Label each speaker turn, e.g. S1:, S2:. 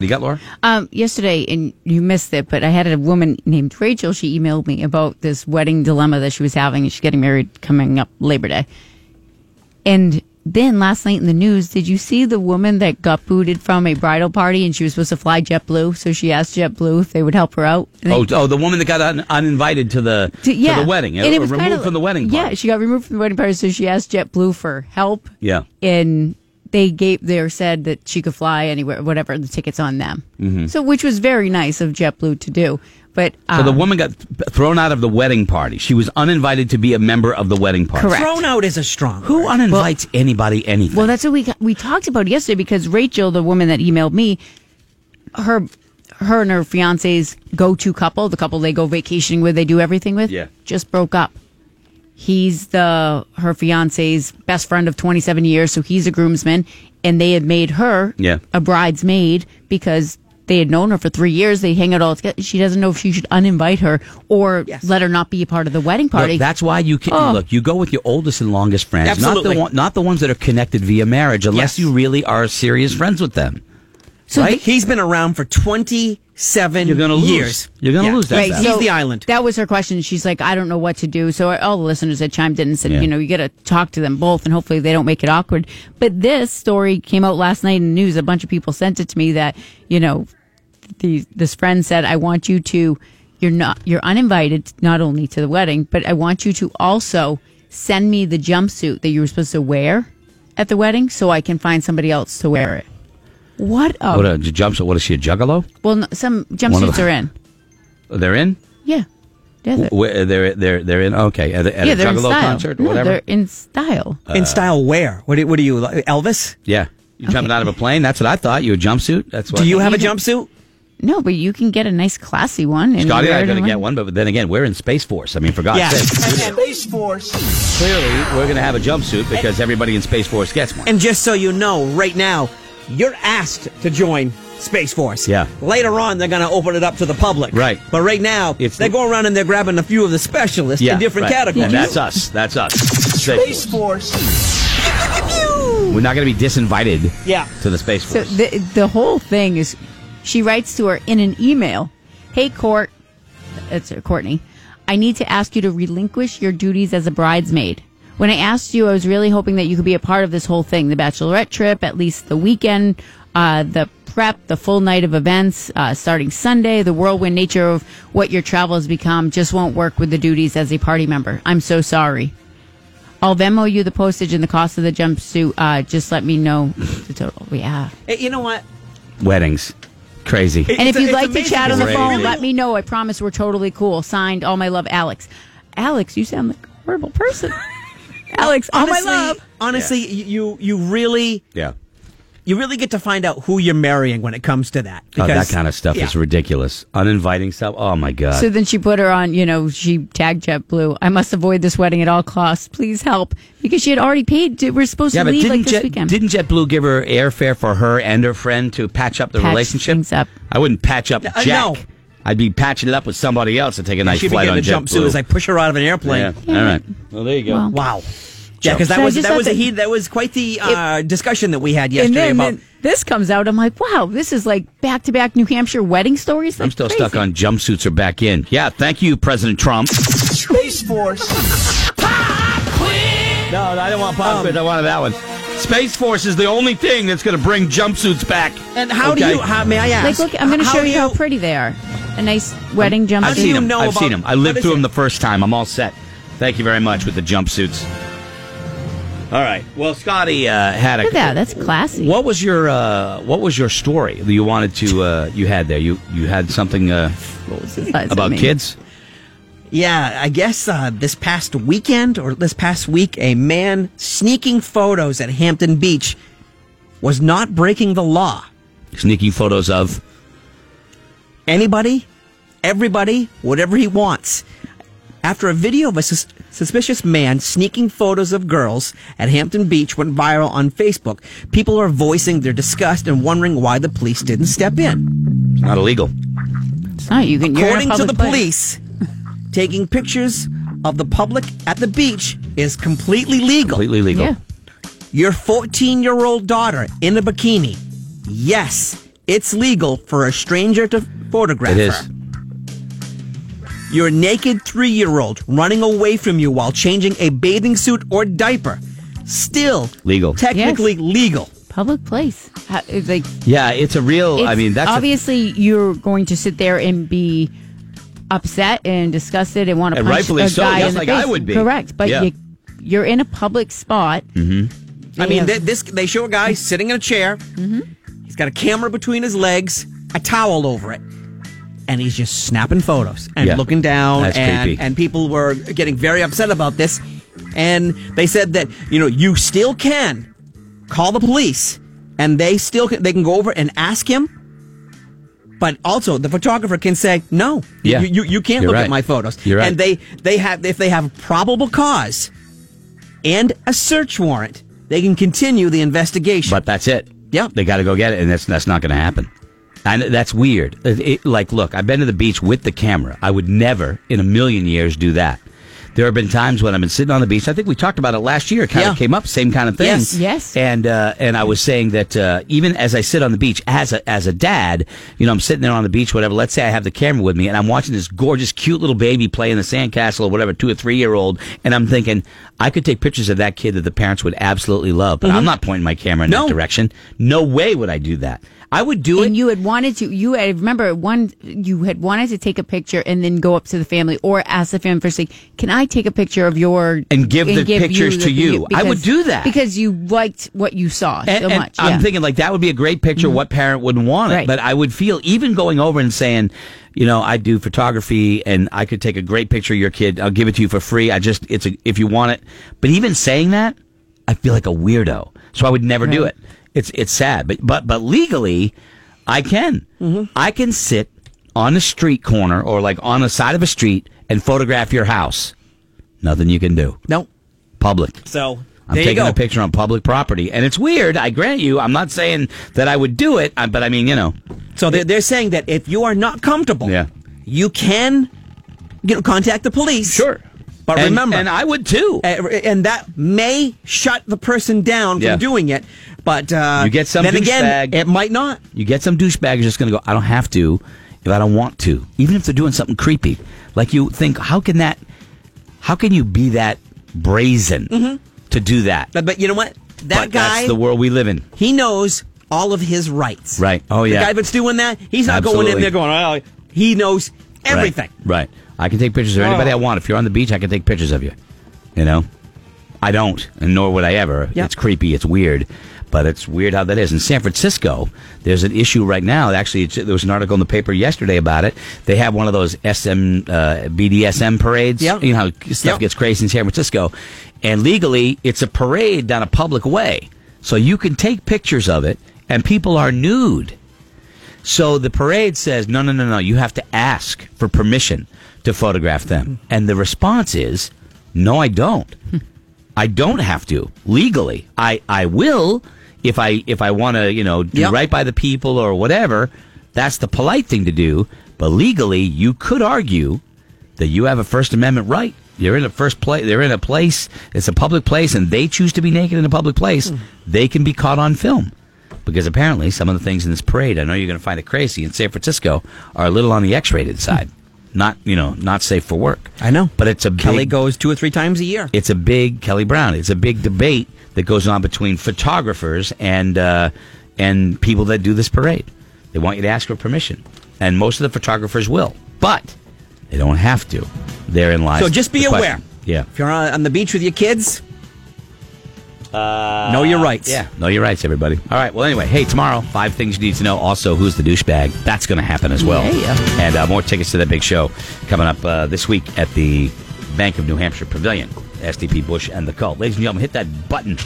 S1: You got Laura?
S2: Um, yesterday, and you missed it, but I had a woman named Rachel. She emailed me about this wedding dilemma that she was having. She's getting married coming up Labor Day. And then last night in the news, did you see the woman that got booted from a bridal party and she was supposed to fly JetBlue? So she asked JetBlue if they would help her out. And
S1: Oh, oh, the woman that got un- uninvited to the
S2: To- yeah.
S1: to the wedding,
S2: And it
S1: or
S2: was
S1: removed
S2: kinda like-
S1: from the wedding.
S2: Yeah,
S1: party.
S2: she got removed from the wedding party, so she asked JetBlue for help.
S1: Yeah.
S2: And they gave there said that she could fly anywhere, whatever the tickets on them.
S1: Mm-hmm.
S2: So, which was very nice of JetBlue to do. But um,
S1: So the woman got th- thrown out of the wedding party. She was uninvited to be a member of the wedding party.
S2: Correct.
S3: Thrown out is a strong.
S1: Who
S3: word.
S1: uninvites anybody anything?
S2: Well, that's what we got- we talked about yesterday because Rachel, the woman that emailed me, her her and her fiance's go to couple, the couple they go vacationing with, they do everything with,
S1: Yeah.
S2: just broke up. He's the her fiance's best friend of 27 years, so he's a groomsman, and they had made her
S1: Yeah.
S2: a bridesmaid because they had known her for three years. They hang out all together. She doesn't know if she should uninvite her or
S3: Yes.
S2: let her not be a part of the wedding party.
S1: Look, that's why you can
S2: Oh.
S1: look. You go with your oldest and longest friends, not
S3: Absolutely.
S1: the one, not the ones that are connected via marriage, unless
S3: Yes.
S1: you really are serious friends with them.
S2: so
S1: right?
S3: He's been around for 27
S1: You're gonna lose.
S3: years.
S1: You're gonna
S3: Yeah.
S1: lose that Right, battle.
S3: He's
S2: so
S3: the island.
S2: That was her question. She's like, I don't know what to do. So all the listeners that chimed in and said,
S1: Yeah.
S2: you know, you got to talk to them both, and hopefully they don't make it awkward. But this story came out last night in the news. A bunch of people sent it to me that you know, the this friend said, I want you to, you're not, you're uninvited not only to the wedding, but I want you to also send me the jumpsuit that you were supposed to wear at the wedding, so I can find somebody else to wear it. What a,
S1: What a jumpsuit! What is she a juggalo?
S2: well, no, some
S1: One of
S2: jumpsuits
S1: the-
S2: are in,
S1: They're in.
S2: yeah. Yeah, they're-
S1: Where- uh, They're they're they're in. Okay, at, a- at
S2: yeah,
S1: a
S2: they're in
S1: juggalo
S2: style.
S1: concert or
S2: No,
S1: whatever.
S2: They're in style.
S3: In style where? What do, what do you, like, Elvis?
S1: Yeah, you jumping
S2: Okay.
S1: out of a plane. That's what I thought. You a jumpsuit? That's what.
S3: Do you have a
S2: You can-
S3: jumpsuit?
S2: No, but you can get a nice classy one. and
S1: Scotty and
S2: wear
S1: I
S2: it
S1: are going to
S2: around.
S1: get one, but then again, we're in Space Force. I mean, for God's
S3: Yeah.
S1: sake.
S4: Space Force.
S1: Clearly, we're going to have a jumpsuit because everybody in Space Force gets one.
S3: And just so you know, right now, you're asked to join Space Force.
S1: Yeah.
S3: Later on, they're going to open it up to the public.
S1: Right.
S3: But right now,
S1: It's-
S3: they go around and they're grabbing a few of the specialists in different
S1: right.
S3: categories.
S1: And that's uh, us. That's us. Space Force. We're not going to be disinvited
S3: Yeah.
S1: to the Space
S2: So
S1: Force.
S2: the the whole thing is, she writes to her in an email, "Hey Court, it's uh, Courtney. I need to ask you to relinquish your duties as a bridesmaid. When I asked you, I was really hoping that you could be a part of this whole thing the bachelorette trip, at least the weekend, uh, the prep, the full night of events uh, starting Sunday, the whirlwind nature of what your travel has become just won't work with the duties as a party member. I'm so sorry. I'll Venmo you the postage and the cost of the jumpsuit. Uh, just let me know the total. Yeah.
S3: Hey, Eh, you know what?
S1: Weddings. Crazy.
S2: And if
S3: It's a-
S2: you'd
S3: it's
S2: like to
S3: amazing.
S2: chat on the
S1: Great.
S2: phone, let me know. I promise we're totally cool. Signed, all my love, Alex. Alex, you sound like a horrible person. Alex, all my
S3: Honestly,
S2: love.
S3: honestly y- you, you really
S1: yeah.
S3: you really get to find out who you're marrying when it comes to that.
S1: Oh, that
S3: because-
S1: kind of stuff
S3: Yeah.
S1: is ridiculous. Uninviting stuff. Oh, my God.
S2: So then she put her on, you know, she tagged JetBlue. I must avoid this wedding at all costs. Please help. Because she had already paid. to- We're supposed
S1: yeah,
S2: to
S1: but
S2: leave
S1: didn't,
S2: like this
S1: Jet,
S2: weekend.
S1: didn't JetBlue give her airfare for her and her friend to patch up the
S2: Patch
S1: relationship?
S2: things up.
S1: I wouldn't patch up
S3: uh,
S1: Jack.
S3: no.
S1: I'd be patching it up with somebody else to take a nice
S3: She'd be
S1: flight
S3: getting
S1: on
S3: a jumpsuit
S1: JetBlue.
S3: as I push her out of an airplane.
S1: yeah. All right. Well, there you go.
S2: Well,
S3: Wow. Yeah, because that
S2: So I
S3: was
S2: just
S3: that
S2: thought
S3: was a
S2: that-
S3: heat, that was quite the uh, discussion that we had
S2: and
S3: yesterday
S2: then,
S3: about
S2: then this comes out. I'm like, wow, this is like back to back New Hampshire wedding stories.
S1: I'm
S2: That's
S1: still
S2: crazy.
S1: stuck on jumpsuits are back in. Yeah, thank you, President Trump.
S4: Space Force.
S1: No, I don't want pop quiz. I wanted that one. Space Force is the only thing that's going to bring jumpsuits back.
S3: And how do
S1: Okay.
S3: you? How, may I
S2: Like,
S3: ask?
S2: look, I'm going to
S3: how
S2: show
S3: do
S2: you how pretty they are. A nice wedding jumpsuit.
S1: I've
S3: do
S1: seen
S3: you
S1: them.
S3: know
S1: I've
S3: about-
S1: seen them. I
S3: what
S1: lived
S3: is
S1: through them
S3: it?
S1: the first time. I'm all set. Thank you very much with the jumpsuits. All right. Well, Scotty uh, had a.
S2: Look at that. That's classy.
S1: What was your uh, What was your story that you wanted to uh, you had there? You you had something uh,
S2: That's
S1: about
S2: amazing.
S1: kids.
S3: Yeah, I guess uh, this past weekend or this past week, a man sneaking photos at Hampton Beach was not breaking the law.
S1: Sneaking photos of.
S3: Anybody, everybody, whatever he wants. After a video of a sus- suspicious man sneaking photos of girls at Hampton Beach went viral on Facebook, people are voicing their disgust and wondering why the police didn't step in.
S1: It's not illegal.
S2: It's not. You can. you're in a
S3: According to
S2: public
S3: the
S2: place.
S3: police, taking pictures of the public at the beach is completely legal.
S1: Completely legal.
S2: Yeah.
S3: Your 14 year old daughter in a bikini. Yes, It's legal for a stranger to photograph
S1: It
S3: her.
S1: is.
S3: Your naked three year old running away from you while changing a bathing suit or diaper. Still
S1: Legal.
S3: Technically legal.
S2: Public place. How, it's like
S1: Yeah, it's a real. I
S2: It's
S1: mean, that's a-
S2: obviously you're going to sit there and be upset and disgusted and want to
S1: And
S2: punch
S1: rightfully
S2: a
S1: so,
S2: guy
S1: just
S2: in the
S1: like I
S2: face.
S1: would be.
S2: Correct, but
S1: Yeah. Mm-hmm.
S2: you, you're in a public spot.
S3: I
S2: Yeah.
S3: mean, th- this they show a guy sitting in a chair. He's got a camera between his legs, a towel over it, and he's just snapping photos and
S1: Yeah.
S3: looking down.
S1: That's
S3: and,
S1: creepy.
S3: and people were getting very upset about this. And they said that you know you still can call the police, and they still can, they can go over and ask him. But also, the photographer can say no.
S1: Yeah.
S3: you you, you can't
S1: You're
S3: look
S1: right.
S3: at my photos.
S1: You're right.
S3: And they they have if they have probable cause and a search warrant. They can continue the investigation.
S1: But that's it.
S3: Yep.
S1: They got to go get it, and that's that's not going to happen. And that's weird. It- it- like, look, I've been to the beach with the camera. I would never, in a million years, do that. There have been times when I've been sitting on the beach. I think we talked about it last year. It kind
S3: Yeah.
S1: of came up, same kind of thing.
S3: Yes.
S2: Yes.
S1: And uh, and I was saying that uh, even as I sit on the beach as a as a dad, you know, I'm sitting there on the beach, whatever. Let's say I have the camera with me, and I'm watching this gorgeous, cute little baby play in the sandcastle or whatever, two or three year old, and I'm thinking I could take pictures of that kid that the parents would absolutely love, but
S3: Mm-hmm.
S1: I'm not pointing my camera in
S3: No.
S1: that direction. No way would I do that. I would do
S2: And
S1: it.
S2: you had wanted to. You had, remember one. You had wanted to take a picture and then go up to the family or ask the family first thing. Can I take a picture of your
S1: And give the pictures to you. I would
S2: because-
S1: do that.
S2: because you liked what you saw
S1: And-
S2: so
S1: and
S2: much.
S1: I'm
S2: yeah. Mm-hmm.
S1: thinking like that would be a great picture. What parent wouldn't want it?
S2: Right.
S1: But I would feel even going over and saying, you know, I do photography and I could take a great picture of your kid. I'll give it to you for free. I just it's a, if you want it. But even saying that, I feel like a weirdo. So I would never do it. It's it's sad. But but but legally, I can.
S2: Mm-hmm.
S1: I can sit on a street corner or like on the side of a street and photograph your house. Nothing you can do.
S3: no.
S1: Public.
S3: So
S1: I'm
S3: there you
S1: taking
S3: go.
S1: a picture on public property, and it's weird. I grant you, I'm not saying that I would do it, I- but I mean, you know,
S3: So they're, they're saying that if you are not comfortable,
S1: Yeah.
S3: you can you know, contact the police. But
S1: And-
S3: remember,
S1: and I would too.
S3: Uh, and that may shut the person down from
S1: Yeah.
S3: doing it. But uh,
S1: You get some
S3: Then again,
S1: douchebag-
S3: it might not.
S1: You get some douchebag who's just going to go, I don't have to if I don't want to. Even if they're doing something creepy. Like you think, how can that, how can you be that brazen to do that?
S3: But, but you know what? Mm-hmm. That
S1: But
S3: guy,
S1: that's the world we live in.
S3: he knows all of his rights.
S1: Right. Oh, yeah.
S3: The guy that's doing that, he's not going in
S1: Absolutely.
S3: there going, oh, he knows everything. Oh.
S1: Right. right. I can take pictures of anybody I want. If you're on the beach, I can take pictures of you. You know? I don't, and nor would I ever.
S3: Yeah.
S1: It's creepy. It's weird. But it's weird how that is. In San Francisco, there's an issue right now. Actually, it's, there was an article in the paper yesterday about it. They have one of those SM, uh, BDSM parades.
S3: Yeah.
S1: You know how stuff
S3: Yeah.
S1: gets crazy in San Francisco. And legally, it's a parade down a public way. So you can take pictures of it, and people are nude. So the parade says, no, no, no, no, you have to ask for permission to photograph them. And the response is, no, I don't. I don't have to legally. I, I will if I if I want to, you know, do
S3: Yep.
S1: right by the people or whatever. That's the polite thing to do. But legally, you could argue that you have a First Amendment right. You're in a first place. They're in a place. It's a public place, and they choose to be naked in a public place.
S3: Hmm.
S1: They can be caught on film because apparently some of the things in this parade, I know you're going to find it crazy in San Francisco, are a little on the X-rated side. Not you know not safe for work.
S3: Hmm. I know.
S1: but it's a
S3: Kelly
S1: big,
S3: goes two or three times a year.
S1: it's a big Kelly Brown. It's a big debate that goes on between photographers and uh, and people that do this parade. They want you to ask for permission, and most of the photographers will, but they don't have to. Therein lies.
S3: So just be
S1: the question.
S3: aware.
S1: Yeah.
S3: If you're on, on the beach with your kids, uh, know your rights.
S1: Yeah. Know your rights, everybody. All right. Well, anyway, hey, tomorrow, five things you need to know. Also, who's the douchebag? That's going to happen as well.
S2: Yeah.
S1: And uh, more tickets to that big show coming up uh, this week at the Bank of New Hampshire Pavilion. SDP Bush and the Cult. Ladies and gentlemen, hit that button.